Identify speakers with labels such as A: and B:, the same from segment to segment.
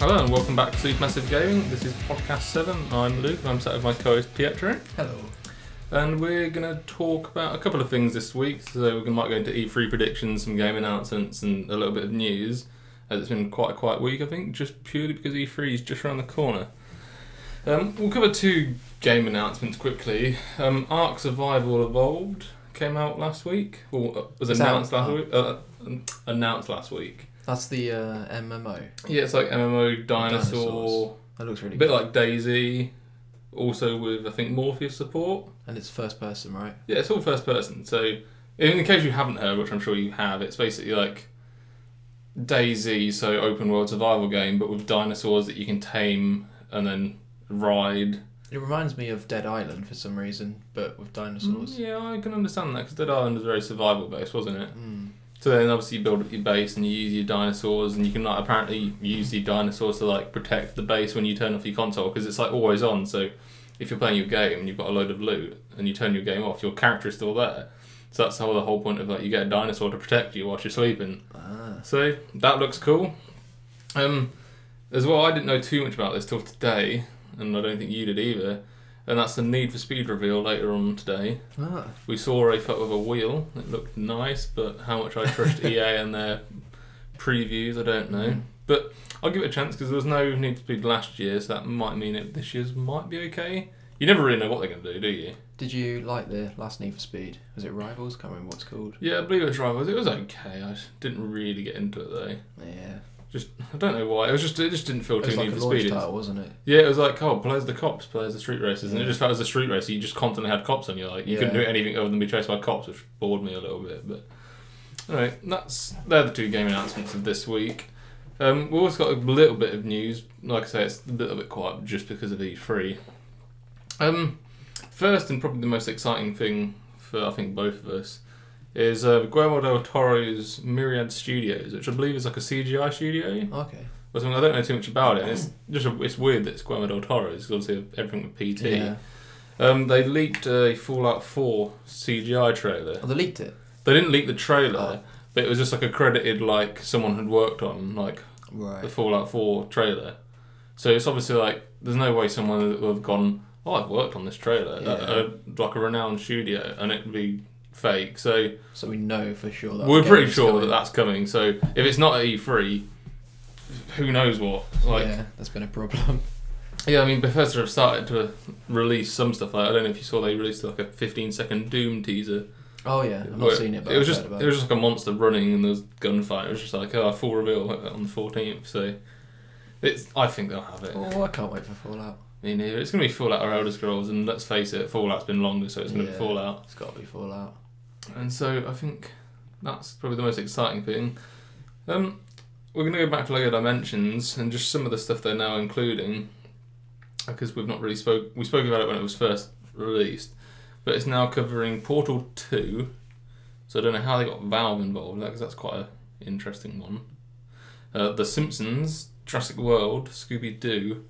A: and welcome back to Massive Gaming. This is podcast seven. I'm Luke, and I'm sat with my co-host Pietro,
B: Hello.
A: and we're going to talk about a couple of things this week. So we might go into E3 predictions, some game announcements, and a little bit of news. As it's been quite a quiet week, I think, just purely because E3 is just around the corner. Um, we'll cover two game announcements quickly. Um, Ark Survival Evolved came out last week, or uh, was
B: It's
A: announced
B: out.
A: last week. Uh, um, announced last week.
B: That's the uh, MMO.
A: Yeah, it's like MMO dinosaur,
B: Dinosaurs. That looks really
A: a bit
B: good.
A: like Daisy, also with I think Morpheus support.
B: and it's first person, right?
A: Yeah, it's all first person. So, in case you haven't heard, which I'm sure you have, it's basically like Daisy, so open world survival game, but with dinosaurs that you can tame and then ride.
B: It reminds me of Dead Island for some reason, but with dinosaurs.
A: Mm, Yeah, I can understand that because Dead Island was very survival based, wasn't it?
B: Mm.
A: So then, obviously, you build up your base and you use your dinosaurs, and you can like apparently use the dinosaurs to like protect the base when you turn off your console because it's like always on. So if you're playing your game and you've got a load of loot and you turn your game off, your character is still there. So that's the whole the whole point of like you get a dinosaur to protect you whilst you're sleeping.
B: Ah.
A: So that looks cool. Um, as well, I didn't know too much about this till today, and I don't think you did either. And that's the Need for Speed reveal later on today.
B: ah.
A: We saw a photo of a wheel. It looked nice, but how much I trust EA and their previews, I don't know.
B: Mm.
A: But I'll give it a chance because there was no Need for Speed last year, so that might mean it this year's might be okay. You never really know what they're going to do, do you?
B: Did you like the last Need for Speed? Was it Rivals? Can't remember what it's called.
A: Yeah, I believe it was Rivals. It was okay. I just didn't really get into it though.
B: Yeah.
A: I don't know why. It was just it just didn't feel
B: It
A: too
B: was like
A: Need
B: a
A: for
B: launch
A: Speed.
B: title, wasn't it?
A: Yeah, it was like oh, players the cops, players the street races, and it
B: Yeah.
A: just felt as a street racer. You just constantly had cops on you, like you couldn't do
B: Yeah.
A: anything other than be chased by cops, which bored me a little bit. But anyway, that's they're the two game announcements of this week. Um, we've also got a little bit of news. Like I say, it's a little bit quiet just because of E3. Um, first and probably the most exciting thing for I think both of us is uh, Guillermo del Toro's Myriad Studios, which I believe is like a CGI studio
B: Okay.
A: or something. I don't know too much about it. And it's just a, it's weird that it's Guillermo del Toro. It's obviously everything with PT.
B: Yeah.
A: Um, they leaked a Fallout 4 CGI trailer.
B: Oh, they leaked it.
A: They didn't leak the trailer,
B: Oh.
A: but it was just like a credited like someone had worked on like the
B: Right.
A: Fallout 4 trailer. So it's obviously like there's no way someone would have gone. Oh, I've worked on this trailer at a, like a renowned studio, and it'd be fake. So
B: So we know for sure that.
A: we're
B: the
A: pretty
B: game's
A: sure that
B: coming.
A: that's coming. So if it's not at E3, who knows what? Like
B: yeah, that's been a problem.
A: Yeah, I mean Bethesda have started to release some stuff. Like I don't know if you saw they released like a 15 second Doom teaser.
B: Oh yeah, I've not
A: Where
B: seen it, but
A: it was
B: I've
A: just
B: heard about
A: it was just like a monster running and there was gunfire. It was just like oh full reveal on the 14th. So it's I think they'll have it.
B: Oh, I can't wait for Fallout.
A: Me neither. It's gonna be Fallout or Elder Scrolls, and let's face it, Fallout's been longer, so it's gonna be
B: Yeah.
A: Fallout.
B: It's got to be Fallout.
A: And so I think that's probably the most exciting thing. Um, we're going to go back to Lego Dimensions and just some of the stuff they're now including, because we've not really spoke. We spoke about it when it was first released, but it's now covering Portal Two. So I don't know how they got Valve involved because that's quite an interesting one. Uh, the Simpsons, Jurassic World, Scooby Doo,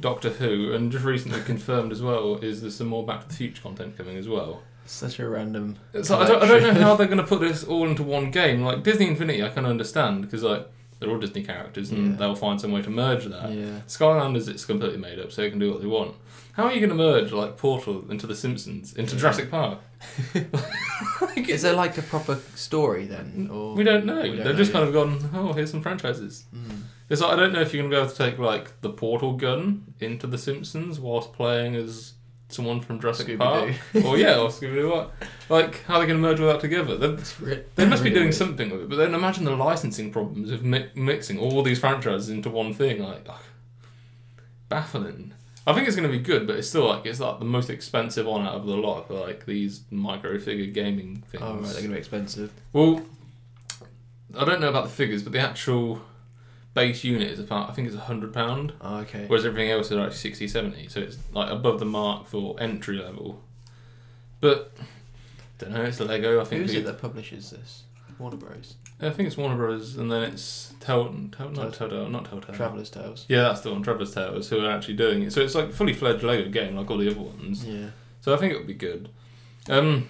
A: Doctor Who, and just recently confirmed as well is there's some more Back to the Future content coming as well.
B: Such a random.
A: So I don't, I don't know how they're going to put this all into one game. Like Disney Infinity, I can understand because like they're all Disney characters and
B: Yeah.
A: they'll find some way to merge that.
B: Yeah.
A: Skylanders, it's completely made up, so they can do what they want. How are you going to merge like Portal into The Simpsons into
B: Yeah.
A: Jurassic Park?
B: Is there like a proper story then, or
A: We don't know.
B: We don't
A: They've
B: know
A: just
B: yet.
A: kind of gone. Oh, here's some franchises.
B: Mm.
A: It's like I don't know if you're going to be able to take like the Portal gun into The Simpsons whilst playing as someone from Jurassic Park,
B: Scooby-Doo.
A: or yeah, or Scooby Doo. What? Like how are they going to merge all that together? They've
B: It's re-
A: They must be
B: really
A: doing
B: weird.
A: something with it, but then imagine the licensing problems of mi- mixing all these franchises into one thing. Like, ugh, baffling. I think it's going to be good, but it's still like it's like the most expensive one out of the lot. For, like these micro figure gaming things.
B: Oh right, they're gonna be expensive.
A: Well, I don't know about the figures, but the actual base unit is about I think it's a hundred pound,
B: Oh, okay.
A: whereas everything else is like 60, 70, So it's like above the mark for entry level. But don't know. It's Lego. I think
B: Who's
A: the-
B: it that publishes this? Warner Bros.
A: I think it's Warner Brothers, and then it's Tel, Tel not Telltale, not Telltale.
B: Traveller's Tales.
A: Yeah, that's the one, Traveller's Tales, who are actually doing it. So it's like fully fledged Lego game, like all the other ones.
B: Yeah.
A: So I think it'll be good. Um,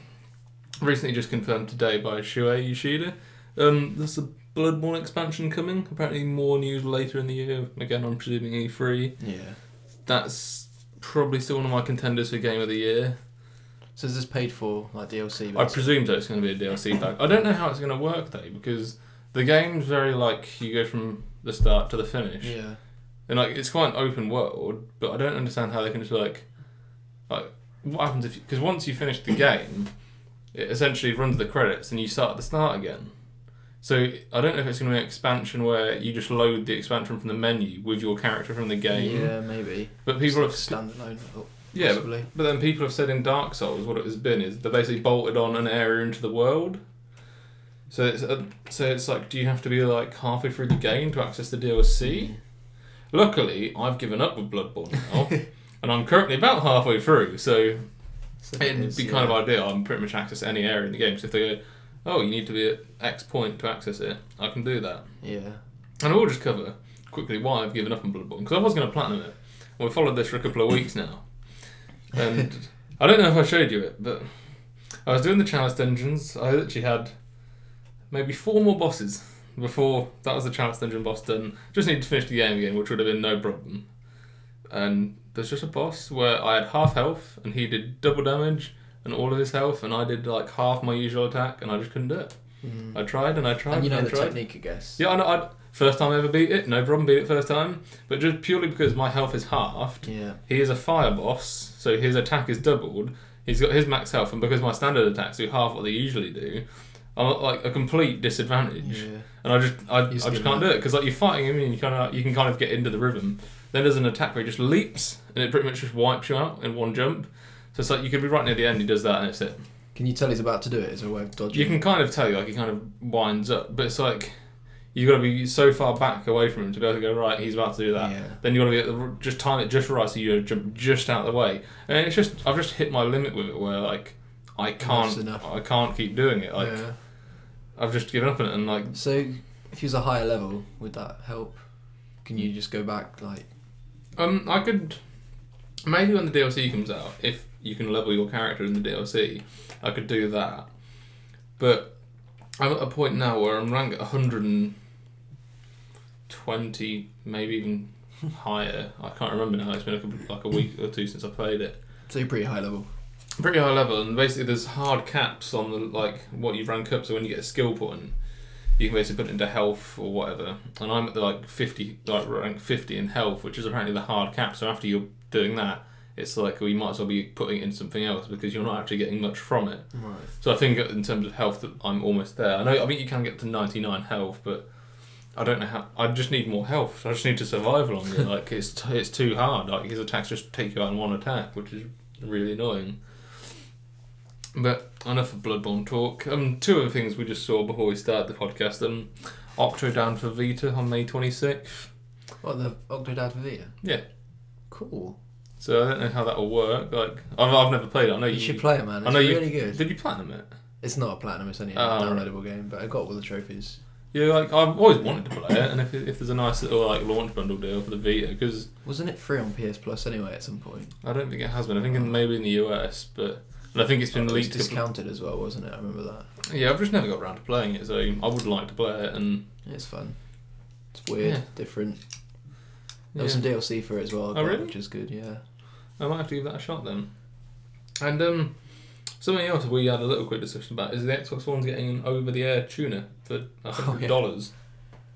A: recently just confirmed today by Shuei Yoshida. Um, there's a Bloodborne expansion coming. Apparently, more news later in the year. Again, I'm presuming E3.
B: Yeah.
A: That's probably still one of my contenders for game of the year.
B: So is this paid for like DLC?
A: I presume that it's going to be a DLC pack. I don't know how it's going to work though because the game's very like you go from the start to the finish.
B: yeah.
A: And like it's quite an open world, but I don't understand how they can just like, like what happens if because once you finish the game, it essentially runs the credits and you start at the start again. So I don't know if it's going to be an expansion where you just load the expansion from the menu with your character from the game.
B: Yeah, maybe.
A: But people have
B: It's like a standalone. oh,
A: yeah, but,
B: possibly.
A: but then people have said in Dark Souls what it has been is they basically bolted on an area into the world. So it's uh so it's like, do you have to be like halfway through the game to access the DLC? Luckily, I've given up with Bloodborne now, and I'm currently about halfway through. So
B: So it
A: it'd
B: is,
A: be kind
B: yeah.
A: of ideal. I can pretty much access any area in the game. So if they go, oh, you need to be at X point to access it, I can do that.
B: Yeah.
A: And I will just cover quickly why I've given up on Bloodborne because I was going to platinum it. And we followed this for a couple of weeks now. And I don't know if I showed you it, but I was doing the chalice dungeons. I literally had maybe four more bosses before that was the chalice dungeon boss done. Just needed to finish the game again, which would have been no problem. And there's just a boss where I had half health and he did double damage and all of his health, and I did like half my usual attack, and I just couldn't do it.
B: Mm.
A: I tried and I tried.
B: And you know
A: and I
B: the
A: tried.
B: technique, I guess.
A: Yeah, I know. I'd, first time I ever beat it, no problem, beat it first time. But just purely because my health is halved,
B: Yeah.
A: he is a fire boss, so his attack is doubled. He's got his max health, and because my standard attacks do half what they usually do, I'm at like a complete disadvantage.
B: Yeah.
A: And I just, I, I
B: He's
A: just
B: given
A: can't
B: up.
A: do it because like you're fighting him, and you kind of, you can kind of get into the rhythm. Then there's an attack where he just leaps, and it pretty much just wipes you out in one jump. So it's like you could be right near the end. He does that, and it's it.
B: Can you tell he's about to do it as a way of dodging?
A: You can kind of tell, like he kind of winds up, but it's like you've got to be so far back away from him to be able to go right. He's about to do that.
B: Yeah.
A: Then you got to be at the, just time it just right so you jump just out of the way. And it's just I've just hit my limit with it where like I can't
B: Enough's enough.
A: I can't keep doing it. Like
B: yeah.
A: I've just given up on it and like
B: So if he was a higher level, would that help? Can you just go back like?
A: um I could maybe when the DLC comes out if you can level your character in the DLC I could do that. But I'm at a point now where I'm ranked 120, maybe even higher. I can't remember now. It's been a couple, like a week or two since I played it.
B: So you're pretty high level.
A: Pretty high level, and basically there's hard caps on the like what you rank up. So when you get a skill point, you can basically put it into health or whatever. And I'm at the like 50, like rank 50 in health, which is apparently the hard cap. So after you're doing that, it's like well, you might as well be putting it in something else because you're not actually getting much from it.
B: Right.
A: So I think in terms of health, that I'm almost there. I know I think you can get to 99 health, but I don't know how. I just need more health. I just need to survive longer. like it's t- it's too hard. Like his attacks just take you out in one attack, which is really annoying. But enough of Bloodborne talk. Um, two other things we just saw before we started the podcast. Um, Octo down for Vita on May 26th.
B: What the Octodad Vita?
A: Yeah.
B: Cool.
A: So I don't know how that'll work. Like I've, I've never played it. I know
B: You,
A: you.
B: should play it, man.
A: I
B: It's
A: know you-
B: really good.
A: Did you platinum it?
B: It's not a platinum. It's only a
A: Oh, right.
B: downloadable game, but I got all the trophies.
A: Yeah, like I've always wanted to play it, and if, if there's a nice little like launch bundle deal for the Vita, because
B: Wasn't it free on PS Plus anyway at some point?
A: I don't think it has been. I think in, maybe in the US, but and I think it's been
B: it was
A: leaked. a couple-
B: discounted as well, wasn't it? I remember that.
A: yeah, I've just never got around to playing it, so I would like to play it. And
B: It's fun. It's weird,
A: Yeah.
B: different. There
A: yeah, Oh,
B: was some DLC for it as well, I got,
A: really?
B: which is good. Yeah.
A: I might have to give that a shot then. And um, something else we had a little quick discussion about is the Xbox One's getting an over-the-air tuner for I think,
B: Oh, yeah.
A: dollars.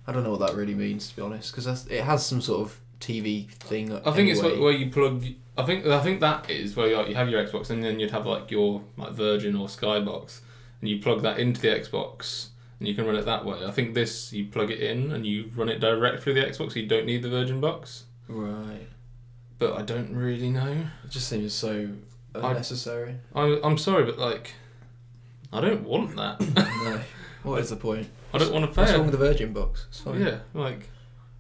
B: I don't know what that really means to be honest, because it has some sort of TV thing.
A: I think it's
B: anyway.
A: where, where you plug. I think I think that is where like, you have your Xbox, and then you'd have like your like Virgin or Skybox, and you plug that into the Xbox, and you can run it that way. I think this you plug it in and you run it direct through the Xbox. So you don't need the Virgin box,
B: Right.
A: but I don't really know.
B: It just seems so unnecessary.
A: I'm I'm sorry, but like, I don't want that.
B: no. What is the point?
A: I don't want to pay.
B: What's
A: it.
B: wrong with the Virgin box? It's fine.
A: yeah, like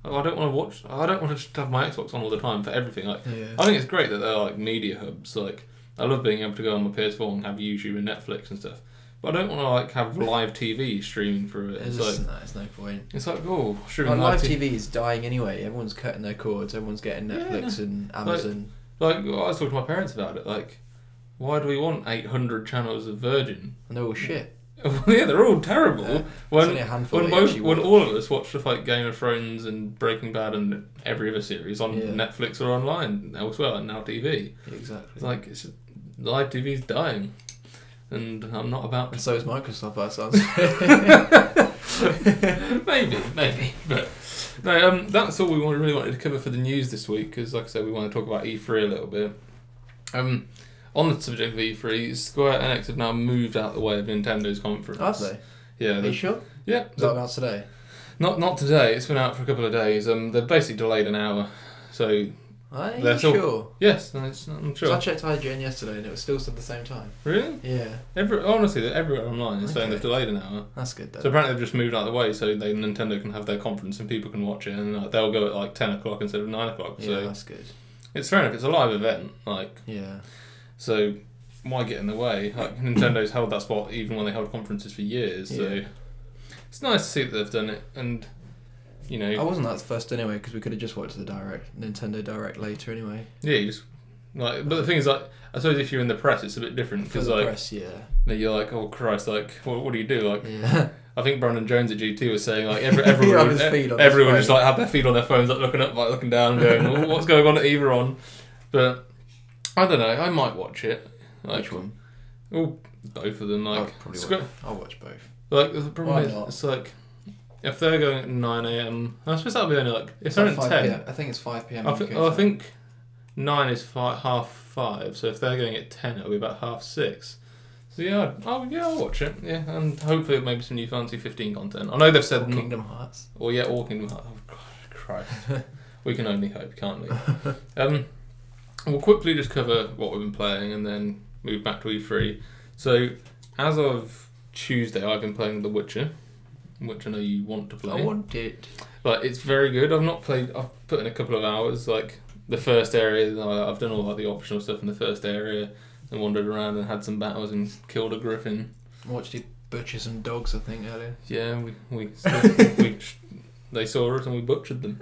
A: I don't want to watch. I don't want to just have my Xbox on all the time for everything. Like
B: Yeah.
A: I think it's great that they're like media hubs. Like I love being able to go on my PS4 and have YouTube and Netflix and stuff. But I don't want to like have live TV streaming through it. It's
B: It's just,
A: like
B: no, it's no point.
A: it's like oh
B: Well,
A: streaming
B: live
A: live, TV.
B: TV is dying anyway. Everyone's cutting their cords. Everyone's getting
A: Yeah.
B: Netflix and Amazon.
A: Like I was talking to my parents about it. Like why do we want eight hundred channels of Virgin?
B: and they're all shit.
A: Well, yeah, they're all terrible.
B: Yeah. There's
A: when
B: only a handful
A: when,
B: that you
A: most,
B: actually
A: when
B: watch.
A: all of us watched stuff like Game of Thrones and Breaking Bad and every other series on
B: Yeah.
A: Netflix or online elsewhere and now TV, it's
B: Exactly.
A: like it's live TV's dying, and I'm not about
B: And
A: to.
B: so is Microsoft, by the sounds. of it.
A: maybe, maybe, but no. Um, that's all we wa- really wanted to cover for the news this week because, like I said, we want to talk about E3 a little bit. Um, on the subject of E3, Square Enix have now moved out the way of Nintendo's conference.
B: Have they?
A: Yeah,
B: Are
A: they-
B: you sure?
A: yeah.
B: Is that announced today?
A: Not not today. It's been out for a couple of days. Um, they've basically delayed an hour. So
B: Are you
A: That's all.
B: sure?
A: yes, no, it's, I'm
B: 'Cause
A: sure.
B: I checked IGN yesterday and it was still said the same time.
A: Really?
B: Yeah,
A: Every honestly, everywhere online is saying
B: Okay. Uh.
A: they've delayed an hour.
B: that's good then.
A: So apparently they've just moved out of the way so they Nintendo can have their conference and people can watch it and uh, they'll go at like ten o'clock instead of nine o'clock.
B: yeah,
A: So
B: that's good.
A: it's fair enough. It's a live event. Like
B: Yeah.
A: so, why get in the way? Like Nintendo's held that spot even when they held conferences for years. So
B: Yeah.
A: it's nice to see that they've done it and you know
B: I wasn't that first anyway because we could have just watched the direct Nintendo Direct later anyway.
A: Yeah, you just like. But the thing is, like, I suppose if you're in the press, it's a bit different
B: For
A: because
B: the
A: like
B: press, yeah,
A: then you're like, oh Christ, like, what, what do you do? Like,
B: yeah,
A: I think Brandon Jones at GT was saying like, every,
B: He had
A: everyone,
B: his
A: e-
B: feed on his
A: everyone
B: phone.
A: just like had their feet on their phones, like looking up, like looking down, going, oh, what's going on at Everon? But I don't know. I might watch it. Like,
B: Which one?
A: Oh, both of them. Like,
B: I'll probably
A: squ-
B: watch. I'll watch both.
A: like the problem
B: Why
A: is,
B: not?
A: it's like if they're going at nine a.m. I suppose that'll be only like if
B: It's
A: they're
B: like
A: at
B: 5
A: ten.
B: PM. I think it's five p.m.
A: I,
B: when
A: thi-
B: we go
A: oh, I
B: to-
A: think nine is fi- half five, so if they're going at ten, it'll be about half six. So yeah, I'd, I'll, yeah, I'll watch it. Yeah, and hopefully maybe some new Fantasy 15 content. I know they've said,
B: Or Kingdom Hearts.
A: or yeah, Walking. Oh God, Christ, we can only hope, can't we? Um, we'll quickly just cover what we've been playing and then move back to E3. So as of Tuesday, I've been playing The Witcher, which I know you want to play.
B: I want it.
A: Like it's very good. I've not played. I've put in a couple of hours. Like the first area, uh, I've done all like the optional stuff in the first area, and wandered around and had some battles and killed a griffin.
B: Watched it butcher some dogs. I think earlier.
A: Yeah, we we, we they saw us and we butchered them.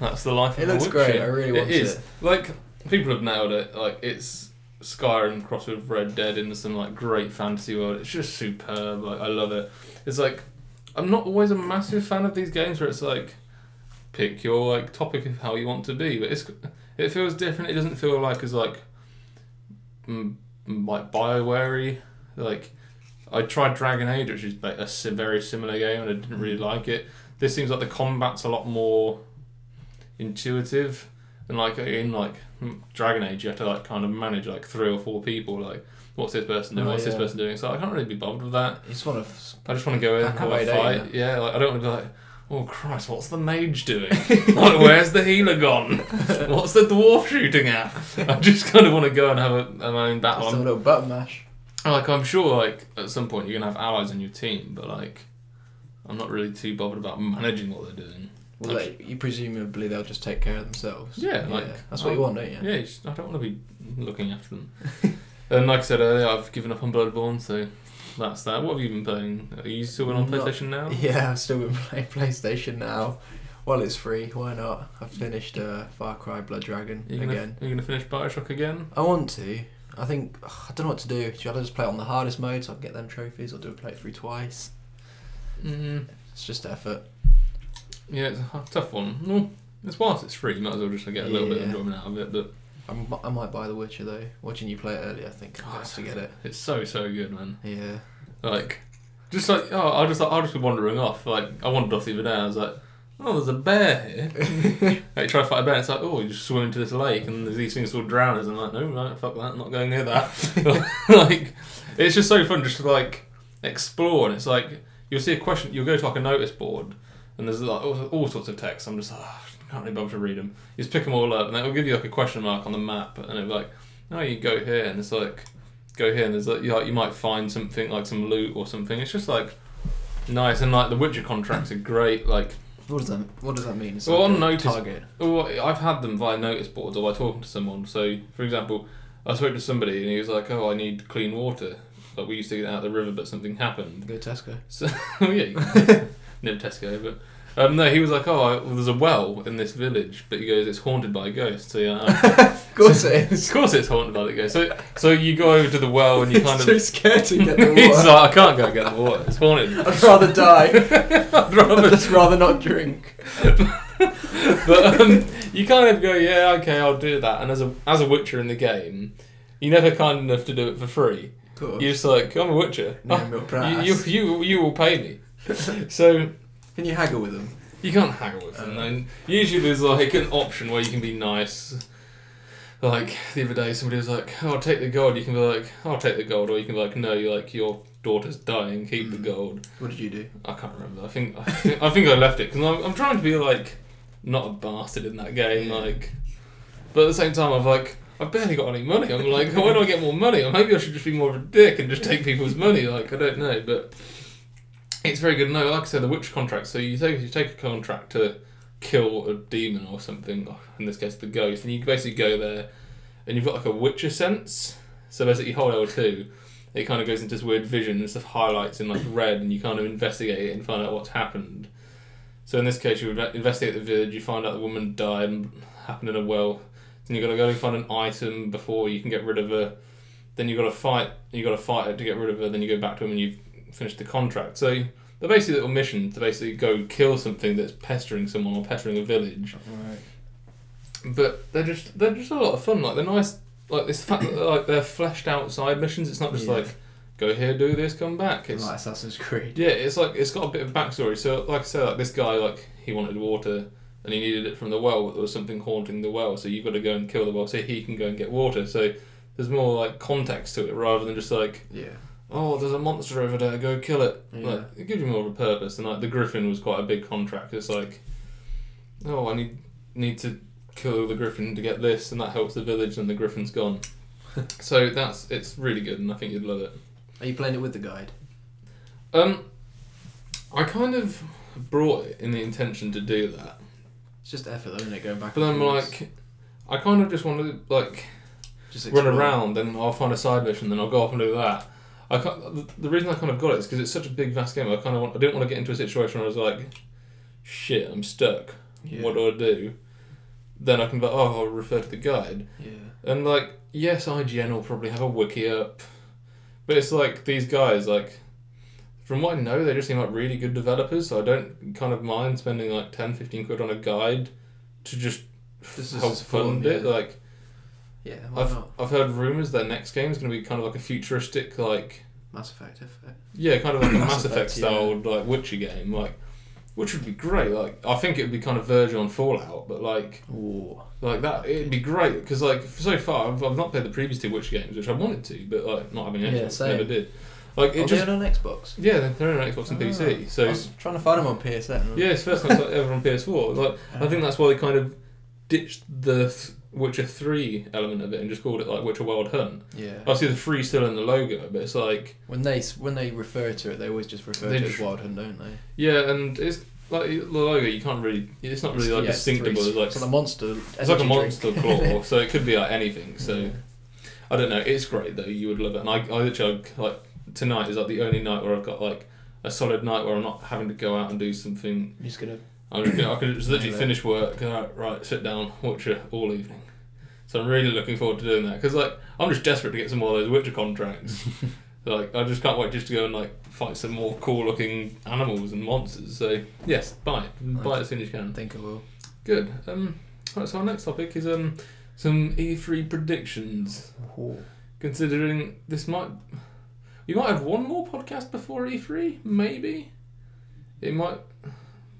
A: That's the life.
B: It
A: of a
B: looks
A: witcher.
B: great. I really want
A: It is
B: it.
A: like people have nailed it. Like it's Skyrim crossed with Red Dead into some like great fantasy world. It's just superb. Like I love it. It's like I'm not always a massive fan of these games where it's like pick your like topic of how you want to be, but it's it feels different. It doesn't feel like as like mm, like Bioware like. I tried Dragon Age, which is like a si- very similar game, and I didn't really
B: Mm.
A: like it. This seems like the combat's a lot more intuitive, and like in like hmm, Dragon Age, you have to like kind of manage like three or four people. Like, what's this person doing?
B: Oh,
A: what's this
B: yeah.
A: person doing? So I can't really be bothered with that.
B: You just want to.
A: I just want to go in
B: Hack
A: and have a
B: away, don't
A: fight. Yeah, like, I don't want to be like, oh Christ, what's the mage doing? like, where's the healer gone? what's the dwarf shooting at? I just kind of want to go and have a, a my own battle.
B: Just
A: I'm
B: a little button mash.
A: like I'm sure, like at some point you're gonna have allies on your team, but like I'm not really too bothered about managing what they're doing.
B: Well, they, you presumably they'll just take care of themselves.
A: Yeah, like-
B: that's what you want, don't you?
A: Yeah, you just, I don't want to be looking after them. and like I said earlier, I've given up on Bloodborne, so that's that. What have you been playing? Are you still on
B: Not-
A: PlayStation now?
B: Yeah, I've still been playing PlayStation now. Well, it's free. Why not? I've finished uh, Far Cry Blood Dragon
A: You're gonna,
B: again.
A: You're gonna finish Bioshock again?
B: I want to. I think ugh, I don't know what to do. Should I just play it on the hardest mode so I can get them trophies, or do I play it through twice?
A: Mm,
B: It's just effort.
A: yeah, it's a h- tough one. Well, it's whilst it's free, might as well just get a little bit of
B: Yeah.
A: enjoyment out of it. But
B: I'm, I might buy The Witcher though. Watching you play it earlier, I think I'm
A: God.
B: going to get it.
A: it's so so good, man.
B: Yeah.
A: Like, just like oh, I just I'll just be wandering off. Like I wandered off the other day. I was like, oh, there's a bear here. like, you try to fight a bear. It's like oh, you just swim into this lake and there's these things called drowners. I'm like no, no, fuck that. I'm not going near that. like, it's just so fun just to like explore. And it's like you'll see a question. You'll go to like a notice board and there's like all, all sorts of text. I'm just like, "Ah, I can't really bother to read them. You just pick them all up and it'll give you like a question mark on the map and it'll be like no, you go here and it's like go here and there's like you, like you might find something like some loot or something. It's just like nice and like the Witcher contracts are great. Like
B: What does that What does that mean? It's
A: Well,
B: like
A: on
B: a
A: notice-
B: target.
A: oh, I've had them via notice boards or by talking to someone. So for example, I spoke to somebody and he was like, "Oh, I need clean water." Like we used to get out of the river, but something happened.
B: Go Tesco.
A: So yeah, you can nib Tesco, but Um, no, he was like, oh, I, well, there's a well in this village, but he goes, it's haunted by ghosts. So yeah, I-
B: of course it
A: of
B: is.
A: course it's haunted by the ghosts. So so you go over to the well Oh, and you
B: He's
A: kind
B: too
A: of.
B: scared to get the water.
A: He's like, I can't go get the water. It's haunted.
B: I'd rather die.
A: I'd
B: I'd
A: rather
B: just rather not drink.
A: but um, you kind of go, yeah, okay, I'll do that. And as a as a Witcher in the game, you're never kind enough to do it for free.
B: Of course.
A: You're just like, I'm a Witcher.
B: No milk price.
A: you, you you you will pay me. so
B: Can you haggle with them?
A: you can't hang with them. though. Usually there's like an option where you can be nice. Like the other day, somebody was like, "Oh, I'll take the gold." You can be like, "I'll take the gold," or you can be like, "No, you're like your daughter's dying. Keep the
B: Mm.
A: gold."
B: What did you do?
A: I can't remember. I think I think I, think I left it because I'm, I'm trying to be like not a bastard in that game,
B: Yeah.
A: like. But at the same time, I've like I've barely got any money. I'm like, where do I get more money? Or maybe I should just be more of a dick and just take people's money. Like I don't know, but it's very good. No, like I said, the witch contract. So you take you take a contract to kill a demon or something. or In this case, the ghost, and you basically go there, and you've got like a witcher sense. So basically, you hold L two it kind of goes into this weird vision and stuff highlights in like red and you kind of investigate it and find out what's happened so in this case you inve- investigate the village you find out the woman died and happened in a well then you've got to go and find an item before you can get rid of her then you've got to fight you've got to fight her to get rid of her then you go back to him and you've finished the contract so they're basically little missions to basically go kill something that's pestering someone or pestering a village
B: Right.
A: but they're just they're just a lot of fun. Like they're nice. Like this fact that like they're fleshed out side missions. It's not just
B: Yeah.
A: like go here, do this, come back. It's
B: Like Assassin's Creed.
A: yeah, it's like it's got a bit of backstory. So like I said, like this guy like he wanted water and he needed it from the well, but there was something haunting the well. So you've got to go and kill the well so he can go and get water. So there's more like context to it rather than just like
B: Yeah.
A: oh there's a monster over there, go kill it.
B: Yeah.
A: Like it gives you more of a purpose. And like the Griffin was quite a big contract. It's like, oh, I need need to kill the Griffin to get this, and that helps the village, and the Griffin's gone. so that's it's really good, and I think you'd love it.
B: Are you playing it with the guide?
A: Um, I kind of brought it in the intention to do that,
B: It's just effort, though, isn't it? Going back.
A: but
B: and
A: then
B: forwards.
A: like. I kind of just want to like
B: just
A: run
B: explore.
A: around, then I'll find a side mission, then I'll go off and do that. I can't, the- the reason I kind of got it is because it's such a big, vast game. I kind of want, I didn't want to get into a situation where I was like, "Shit, I'm stuck."
B: Yeah.
A: what do I do? Then I can be like, oh, I'll refer to the guide.
B: Yeah.
A: And like, yes, IGN will probably have a wiki up, but it's like these guys, like, from what I know, they just seem like really good developers, so I don't kind of mind spending like 10, 15 quid on a guide to just
B: This is
A: help
B: just fun,
A: fund it.
B: yeah.
A: Like,
B: Yeah. Why
A: I've,
B: not?
A: I've heard rumours their next game is going to be kind of like a futuristic, like,
B: Mass Effect. effort.
A: yeah, kind of like a
B: Mass
A: Mass Effect
B: Effect, yeah.
A: style like Witcher game, like, which would be great. Like, I think it would be kind of verging on Fallout, but like,
B: Ooh.
A: like that it'd be great because like so far I've, I've not played the previous two Witcher games which I wanted to but like not having
B: Yeah,
A: Xbox
B: same.
A: never did like it
B: Are
A: just
B: they on Xbox?
A: yeah they're- they're on Xbox and
B: Ah.
A: PC
B: I
A: so
B: was trying to find them on PSN.
A: yeah it's first time it's ever on PS4 like I think that's why they kind of ditched the th- Witcher 3 element of it and just called it like Witcher Wild Hunt
B: Yeah.
A: I see the 3 still in the logo but it's like
B: When they s- when they refer to it, they always just refer
A: They
B: to it
A: just-
B: as Wild Hunt, don't they?
A: yeah and it's like the logo you can't really it's not really like
B: Yeah, it's
A: distinctable
B: three-
A: it's like
B: it's like a monster.
A: It's like a
B: energy
A: monster
B: drink.
A: claw, so it could be like anything. So
B: Yeah.
A: I don't know. It's great though. You would love it. And I, I literally like tonight is like the only night where I've got like a solid night where I'm not having to go out and do something.
B: I'm just gonna.
A: I'm just gonna, I could just literally
B: Yeah.
A: finish work. Go out, right, sit down, watch it all evening. So I'm really looking forward to doing that because like I'm just desperate to get some more of those Witcher contracts. like I just can't wait just to go and like fight some more cool looking animals and monsters. So yes, buy it. Buy it as soon as you can.
B: I think I will.
A: Good. Um, right, so our next topic is um, some E3 predictions. Considering this might, we might have one more podcast before E3. Maybe it might.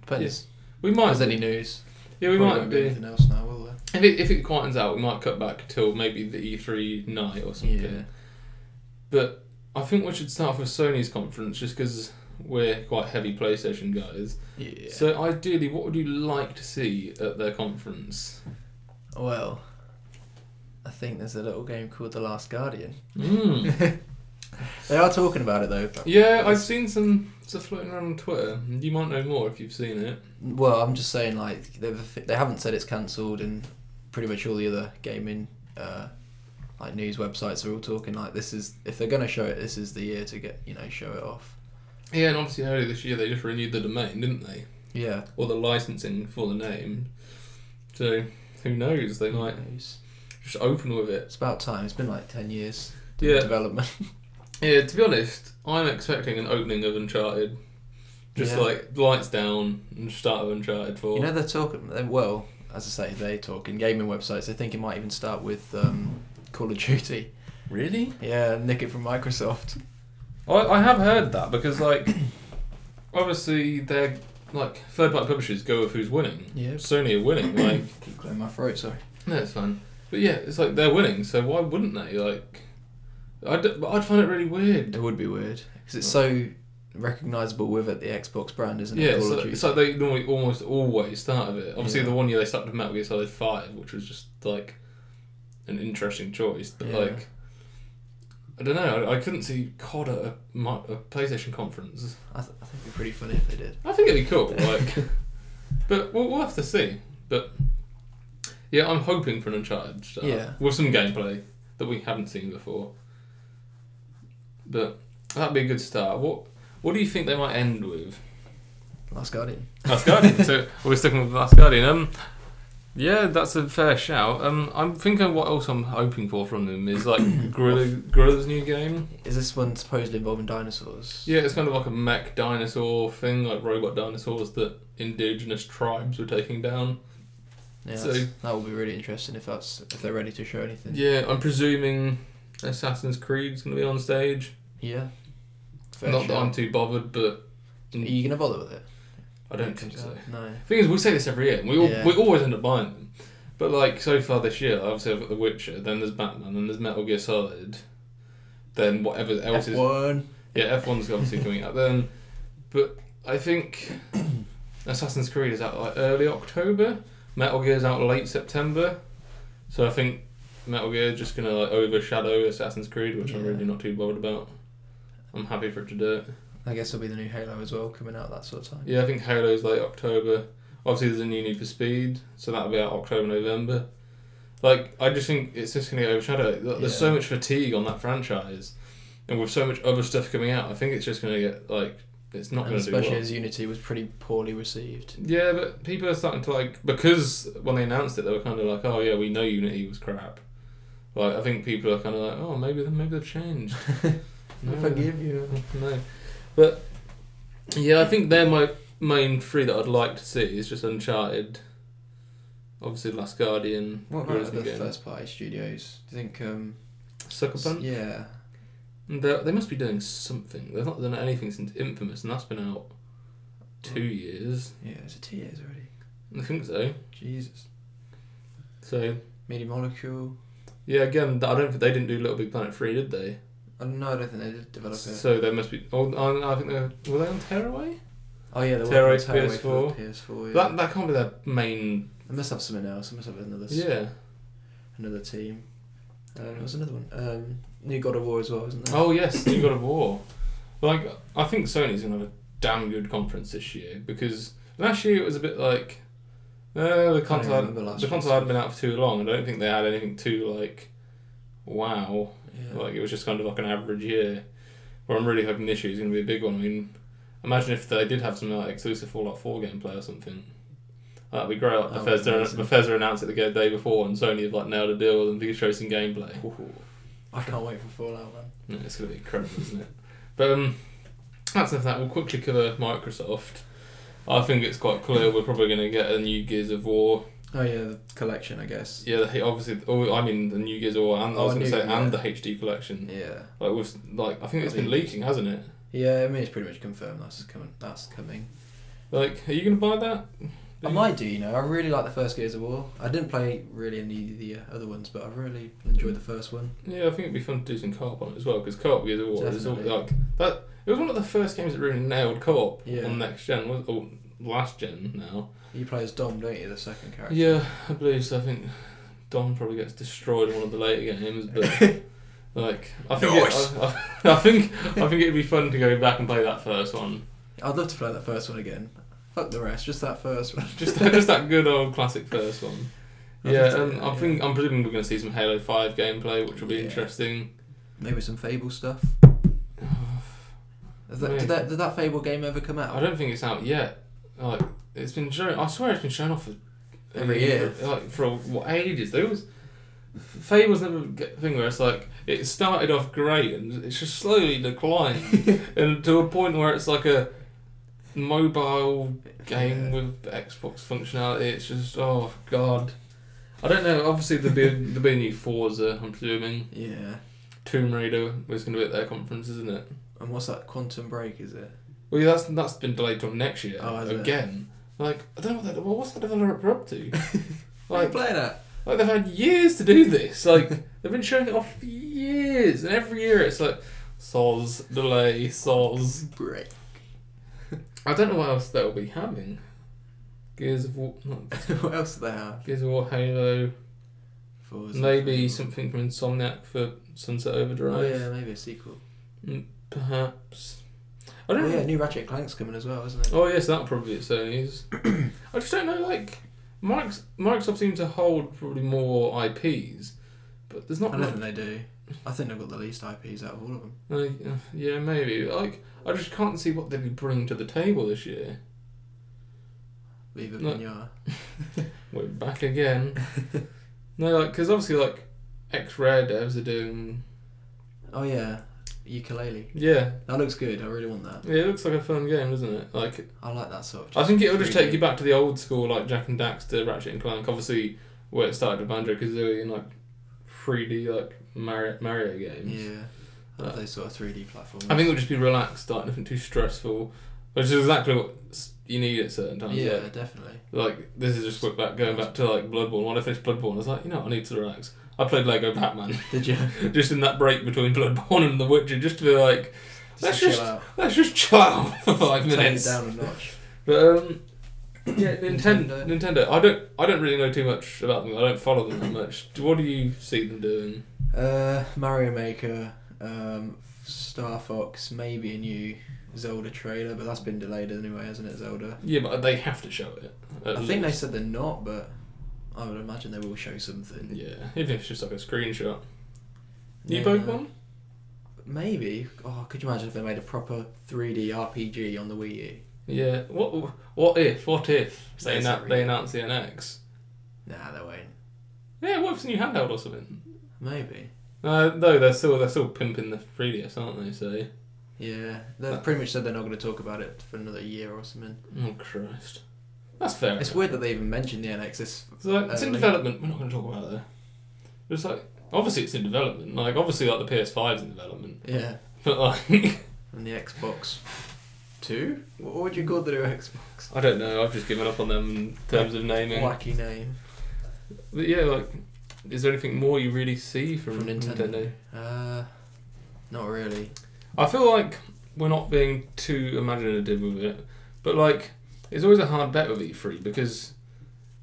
B: Depends.
A: We
B: If
A: might.
B: there's any news,
A: yeah, we
B: probably
A: might
B: won't be
A: do.
B: anything else now, will there?
A: If it, if it quietens out, we might cut back till maybe the E3 night or something.
B: Yeah.
A: But I think we should start off with Sony's conference just because we're quite heavy PlayStation guys.
B: Yeah.
A: So ideally, what would you like to see at their conference?
B: well, I think there's a little game called The Last Guardian. Hmm.
A: Mm.
B: They are talking about it though. but-
A: Yeah, I've seen some stuff floating around on Twitter. You might know more if you've seen it.
B: Well, I'm just saying like they've they haven't said it's cancelled, and pretty much all the other gaming uh, like news websites are all talking like this is if they're gonna show it, this is the year to get you know show it off.
A: Yeah, and obviously earlier this year they just renewed the domain, didn't they?
B: Yeah.
A: or the licensing for the name. So who knows? They might
B: Nice.
A: just open with it.
B: It's about time. It's been like ten years.
A: Yeah.
B: Development.
A: Yeah, to be honest, I'm expecting an opening of Uncharted. Just
B: Yeah.
A: like lights down and start of Uncharted 4.
B: You know they're talking. They, well, as I say, they talk in gaming websites. They think it might even start with um, Call of Duty.
A: really?
B: Yeah, nick it from Microsoft.
A: I, I have heard that because, like, obviously they're like third party publishers go with who's winning.
B: Yeah.
A: Sony are winning. Like,
B: Keep clearing my throat. Sorry.
A: no, it's fine. But yeah, it's like they're winning, so why wouldn't they? Like, I'd, but I'd find it really weird.
B: It would be weird because it's so recognizable with it the Xbox brand, isn't it?
A: Yeah,
B: Call
A: it's
B: of
A: like,
B: Duty.
A: it's like they normally almost always start with it. Obviously,
B: Yeah.
A: the one year they started with Metal Gear Solid Five, which was just like an interesting choice, but
B: Yeah.
A: like I don't know, I, I couldn't see COD at a, mi- a PlayStation conference.
B: I, th- I think it'd be pretty funny if they did.
A: I think it'd be cool, like, but we'll, we'll have to see. But yeah, I'm hoping for an Uncharted start
B: Yeah.
A: with some gameplay that we haven't seen before. But that'd be a good start. What What do you think they might end with?
B: Last Guardian.
A: Last Guardian. so we're sticking with Last Guardian. Um, yeah, that's a fair shout. Um, I'm thinking what else I'm hoping for from them is like Gorilla, Gorilla's new game.
B: Is this one supposedly involving dinosaurs?
A: Yeah, it's kind of like a mech dinosaur thing, like robot dinosaurs that indigenous tribes were taking down.
B: Yeah,
A: So-
B: that's- that would be really interesting if that's if they're ready to show anything.
A: Yeah, I'm presuming Assassin's Creed's gonna be on stage.
B: Yeah. Fair
A: Not that
B: shout.
A: I'm too bothered, but
B: Are you gonna bother with it?
A: I don't think so.
B: No.
A: thing is, we say this every year, and we all,
B: Yeah.
A: we always end up buying them. But like so far this year, obviously I've got The Witcher, then there's Batman, then there's Metal Gear Solid, then whatever else is
B: F1.
A: yeah F one's obviously coming out then. But I think Assassin's Creed is out like early October, Metal Gear's out late September, so I think Metal Gear just gonna like overshadow Assassin's Creed, which I'm
B: Yeah.
A: really not too bothered about. I'm happy for it to do it.
B: I guess there'll be the new Halo as well coming out that sort of time.
A: Yeah, I think Halo's late October. Obviously, there's a new Need for Speed, so that'll be out October, November. Like, I just think it's just going to overshadow. There's so
B: Yeah.
A: much fatigue on that franchise, and with so much other stuff coming out, I think it's just going to get like it's not
B: and
A: going to do
B: especially
A: well.
B: as Unity was pretty poorly received.
A: Yeah, but people are starting to like because when they announced it, they were kind of like, "Oh yeah, we know Unity was crap." Like, I think people are kind of like, "Oh, maybe maybe they've changed."
B: I forgive you.
A: No, but yeah, I think they're my main three that I'd like to see. Is just Uncharted, obviously Last Guardian,
B: What
A: Gorilla's
B: about
A: New
B: the
A: Game.
B: first party studios? Do you think? Um,
A: Sucker
B: s-
A: Punch.
B: yeah.
A: They're- They must be doing something. They've not done anything since Infamous, and that's been out two
B: Mm.
A: years.
B: Yeah, it's a two years already.
A: I think so.
B: Jesus.
A: So
B: Media Molecule.
A: yeah, again, I don't think they didn't do Little Big Planet three, did they?
B: I don't know. I don't think they did develop it.
A: So they must be. Oh, I I think they were they on Tearaway.
B: oh yeah, they
A: Terra
B: were Terra
A: PS4.
B: for the PS4. Yeah.
A: That that can't be their main.
B: They must have something else. They must have another s-
A: Yeah.
B: another team. Uh, there was another one. Um, New God of War as well, isn't there?
A: Oh yes, you got a war. Like I think Sony's gonna have a damn good conference this year because last year it was a bit like uh, the console had,
B: remember last
A: the
B: year's.
A: console had been out for too long. I don't think they had anything too like wow.
B: yeah.
A: Like it was just kind of like an average year. Where I'm really hoping this year is gonna be a big one. I mean, imagine if they did have some like exclusive Fallout Four gameplay or something. That'd be great. Like,
B: That would be
A: Bethesda,
B: amazing.
A: Bethesda announced it the day before, and Sony have like nailed a deal with them to show some gameplay.
B: I can't wait for Fallout, man.
A: No, it's going to be incredible, isn't it? But um, that's enough of that. We'll quickly cover Microsoft. I think it's quite clear we're probably going to get a new Gears of War.
B: Oh yeah, the collection, I guess.
A: Yeah, the, obviously. Oh, I mean the new Gears of War, and I
B: Oh,
A: was going
B: new,
A: to say,
B: yeah.
A: and the HD collection.
B: Yeah.
A: Like with like, I think it's
B: I mean-
A: been leaking, hasn't it?
B: Yeah, I mean it's pretty much confirmed that's coming. That's coming.
A: Like, are you going to buy that?
B: I might do, you know. I really like the first Gears of War. I didn't play really any of the uh, other ones, but I really enjoyed the first one.
A: Yeah, I think it'd be fun to do some co-op on it as well because co-op Gears of War is all,
B: Definitely.
A: like that. It was one of the first games that really nailed co-op
B: Yeah.
A: on next gen, was or last gen now.
B: You play as Dom, don't you? The second character.
A: Yeah, I believe so. I think Don probably gets destroyed in one of the later games, but like I think it-
B: Nice.
A: I, I, I think I think it'd be fun to go back and play that first one.
B: I'd love to play that first one again. Fuck the rest, just that first one.
A: Just that, just that good old classic first one.
B: I'd
A: Yeah,
B: love to do
A: and
B: that,
A: I think I'm presuming we're going to see some Halo Five gameplay, which will be
B: Yeah.
A: interesting.
B: maybe some Fable stuff. Is that,
A: Maybe.
B: did that did that Fable game ever come out?
A: I don't think it's out yet. Like It's been shown. I swear it's been shown off for
B: Every year.
A: like for what ages. There was Faye was never a thing where it's like it started off great and it's just slowly declined and to a point where it's like a mobile game
B: Yeah.
A: with Xbox functionality. It's just oh god. I don't know. Obviously, there'll be there'll be a new Forza. I'm presuming
B: Yeah.
A: Tomb Raider was going to be at their conference, isn't it?
B: And what's that? Quantum Break, is it?
A: Well, yeah, that's that's been delayed till next year
B: Oh, has it?
A: again. Like I don't know what that, well, what's the developer up to.
B: What are you
A: like,
B: playing at?
A: like they've had years to do this. Like they've been showing it off for years, and every year it's like Souls delay, Souls.
B: Break.
A: I don't know what else they'll be having. Gears of War, not,
B: what else do they have?
A: Gears of War, Halo,
B: Forza.
A: maybe something from Insomniac for Sunset Overdrive,
B: Oh yeah, maybe a sequel.
A: perhaps. I don't
B: Oh
A: know.
B: yeah, new Ratchet and Clank's coming as well, isn't it?
A: Oh yes, that'll probably be at Sony's. I just don't know. Like, Mike's, Microsoft seem to hold probably more IPs, but there's not.
B: I don't
A: Much,
B: think they do. I think they've got the least IPs out of all of them.
A: uh, yeah, maybe. Like, I just can't see what they'd be bringing to the table this year.
B: Viva
A: No.
B: Pinata.
A: We're back again. no, like, because obviously, like, ex Rare devs are doing.
B: Oh yeah, ukulele.
A: Yeah,
B: That looks good. I really want that.
A: yeah. It looks like a fun game, doesn't it? Like,
B: I like that sort of.
A: I think it'll just
B: 3D.
A: take you back to the old school, like Jack and Daxter, Ratchet and Clank. Obviously, where it started with Banjo Kazooie and like 3D like Mario, Mario games.
B: Yeah, I love
A: Uh,
B: those sort of three D platforms.
A: I think it'll just be relaxed, like nothing too stressful, which is exactly what s- you need at certain times.
B: yeah,
A: Like,
B: definitely.
A: like, this is just quick back going back to like Bloodborne. When I finished Bloodborne, I was like, you know, what, I need to relax. I played Lego Batman
B: Did you?
A: just in that break between Bloodborne and The Witcher, just to be like,
B: Just
A: Let's
B: to
A: just-
B: chill out.
A: let's just chill out for five
B: Turn it
A: minutes.
B: down a notch.
A: But um, yeah, Nintendo.
B: Nintendo.
A: Nintendo. I don't. I don't really know too much about them. I don't follow them that much. Do- What do you see them doing?
B: Uh, Mario Maker, um, Star Fox, maybe a new Zelda trailer, but that's been delayed anyway, hasn't it? Zelda.
A: Yeah, but they have to show it. at
B: I think they
A: least.
B: said they're not, but I would imagine they will show something.
A: Yeah, even if it's just like a screenshot. New
B: Yeah.
A: Pokemon.
B: Maybe. Oh, could you imagine if they made a proper 3D RPG on the Wii U?
A: Yeah. What? What if? What if they
B: That's
A: annou-
B: not
A: they
B: really-
A: announce the NX?
B: Nah, they won't.
A: Yeah. What if it's a new handheld or something?
B: Maybe.
A: Uh, no, they're still they're still pimping the 3DS, aren't they? So.
B: Yeah, they've pretty much said they're not going to talk about it for another year or something.
A: Oh Christ. That's fair.
B: It's
A: enough.
B: weird that they even mentioned the NX. This
A: So like, it's in
B: early.
A: development. We're not going to talk about that. It's like obviously it's in development. Like obviously like the PS5's in development,
B: Yeah,
A: but like
B: and the Xbox Two. What would you call the new Xbox?
A: I don't know. I've just given up on them in terms of naming.
B: Wacky name
A: But yeah, like is there anything more you really see from,
B: from Nintendo. Uh, not really.
A: I feel like we're not being too imaginative with it, but like it's always a hard bet with E3 because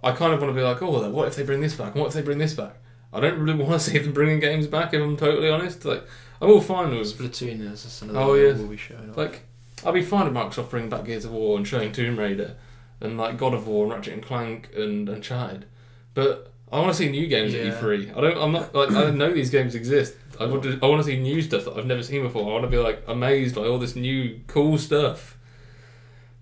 A: I kind of want to be like, oh, what if they bring this back? What if they bring this back? I don't really want to see them bringing games back. If I'm totally honest, like I'm all fine with
B: Splatoon is just another
A: Oh,
B: one that
A: yes.
B: will be showing up.
A: Like, I'd be fine with Microsoft bringing back Gears of War and showing Tomb Raider and like God of War and Ratchet and Clank and Uncharted, but I want to see new games
B: Yeah.
A: at E3. I don't. I'm not like I don't know these games exist. I want to. I want to see new stuff that I've never seen before. I want to be like amazed by all this new cool stuff.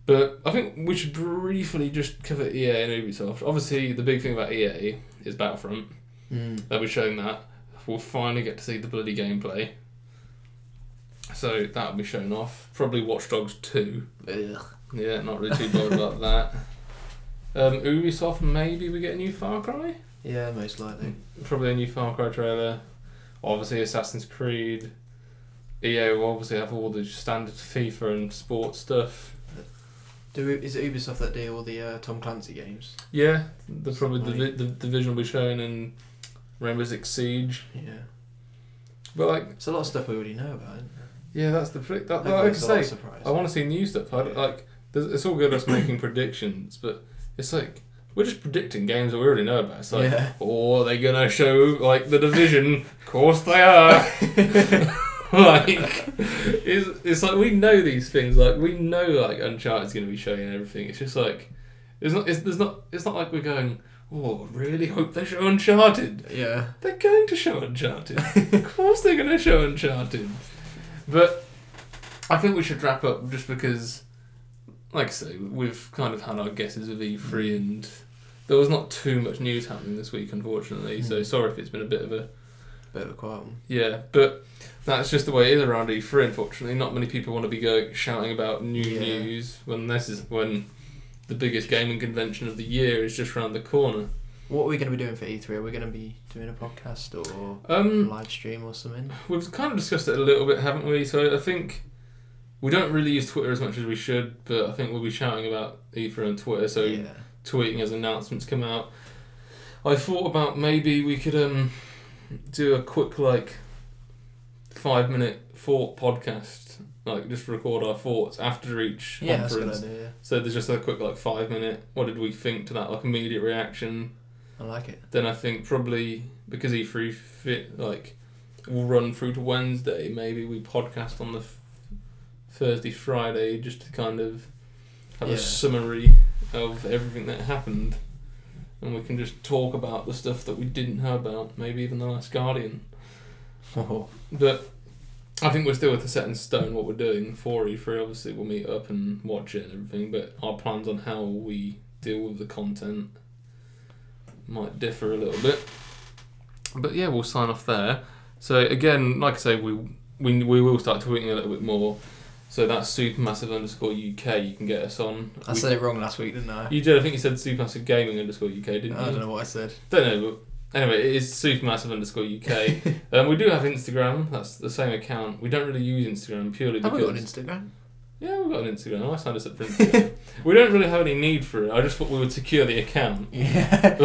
A: But I think we should briefly just cover EA and Ubisoft. Obviously, the big thing about EA is Battlefront.
B: Hmm.
A: They'll be showing that. We'll finally get to see the bloody gameplay. So that'll be shown off. Probably Watch Dogs 2.
B: Ugh.
A: Yeah, not really too bothered about that. Um, Ubisoft, maybe we get a new Far Cry?
B: Yeah, most likely.
A: Hmm. Probably a new Far Cry trailer. Obviously, Assassin's Creed. EA will obviously have all the standard FIFA and sports stuff.
B: Do is it Ubisoft that do all the uh, Tom Clancy games?
A: Yeah, the probably the,
B: Right.
A: vi- the division will be shown in Rainbow Six Siege.
B: Yeah,
A: But like,
B: it's a lot of stuff we already know about. Isn't it?
A: yeah, that's the pri- that, Uh, like I
B: Everyone's a lot
A: say,
B: surprised.
A: I want to see new stuff. I, don't- like, there's, it's all good us making predictions, but it's like we're just predicting games that we already know about. It's like,
B: Yeah.
A: oh, are they gonna show like the division? of course they are. like, it's, it's like we know these things. Like we know like Uncharted's gonna be showing and everything. It's just like it's not. It's, there's not. It's not like we're going. Oh, I really hope they show Uncharted.
B: Yeah.
A: They're going to show Uncharted. of course they're going to show Uncharted. But I think we should wrap up just because like I say, we've kind of had our guesses of E3,
B: Mm.
A: and there was not too much news happening this week, unfortunately. So
B: Mm.
A: sorry if it's been a bit of a
B: Bit of a quiet one.
A: yeah, but that's just the way it is around E3. Unfortunately, not many people want to be going shouting about new
B: Yeah.
A: news when this is when the biggest gaming convention of the year is just round the corner.
B: What are we going to be doing for E3? Are we going to be doing a podcast or a
A: Um,
B: live stream or something?
A: we've kind of discussed it a little bit, haven't we? So I think we don't really use Twitter as much as we should, but I think we'll be shouting about E3 on Twitter. So
B: yeah.
A: tweeting as announcements come out. I thought about maybe we could um do a quick like five minute thought podcast, like just record our thoughts after each
B: Yeah, that's a good
A: conference.
B: idea.
A: So there's just a quick like five minute. What did we think to that? Like immediate reaction.
B: I like it.
A: Then I think probably because E3 fit like will run through to Wednesday. Maybe we podcast on the f- Thursday Friday just to kind of have
B: Yeah.
A: a summary of everything that happened, and we can just talk about the stuff that we didn't know about. Maybe even the Last Guardian. But I think we're still at the set in stone what we're doing for E3. Obviously, we'll meet up and watch it and everything, but our plans on how we deal with the content might differ a little bit. But yeah, we'll sign off there. So again, like I say, we we, we will start tweeting a little bit more. So that's supermassive underscore UK. You can get us on.
B: I
A: We-
B: said it wrong last week, didn't I?
A: you did. I think you said supermassive gaming underscore UK, didn't you?
B: I don't know what I said.
A: Don't know, but anyway, it is supermassive underscore UK. um, we do have Instagram. That's the same account. We don't really use Instagram purely
B: Have
A: because
B: we got an Instagram?
A: yeah, we've got an Instagram. I signed us up for Instagram. we don't really have any need for it. I just thought we would secure the account.
B: Yeah.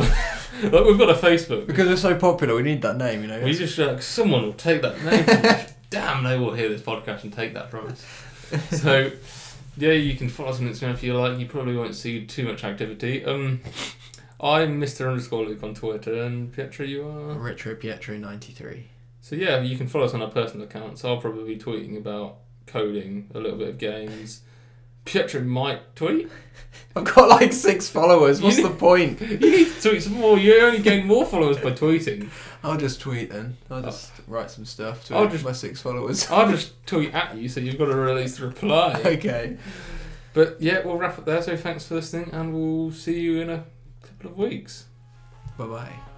A: Like we've got a Facebook.
B: because we're so popular, we need that name, you know?
A: We just uh, like someone will take that name. from us. Damn, they will hear this podcast and take that from us. So. Yeah, you can follow us on Instagram if you like. You probably won't see too much activity. Um, I'm Mr. Underscore Luke on Twitter, and Pietro, you are.
B: Retro Pietro 93.
A: So yeah, you can follow us on our personal accounts. I'll probably be tweeting about coding, a little bit of games. Pietro might tweet.
B: I've got like six followers. What's
A: You-
B: the point?
A: You need to tweet some more. You only gain more followers by tweeting.
B: I'll just tweet then. I'll just write some stuff to
A: Oh. I'll
B: I'll
A: just-
B: just my six followers.
A: I'll just tweet at you, so you've got to release the reply.
B: okay.
A: But yeah, we'll wrap up there. So thanks for listening, and we'll see you in a couple of weeks.
B: Bye bye.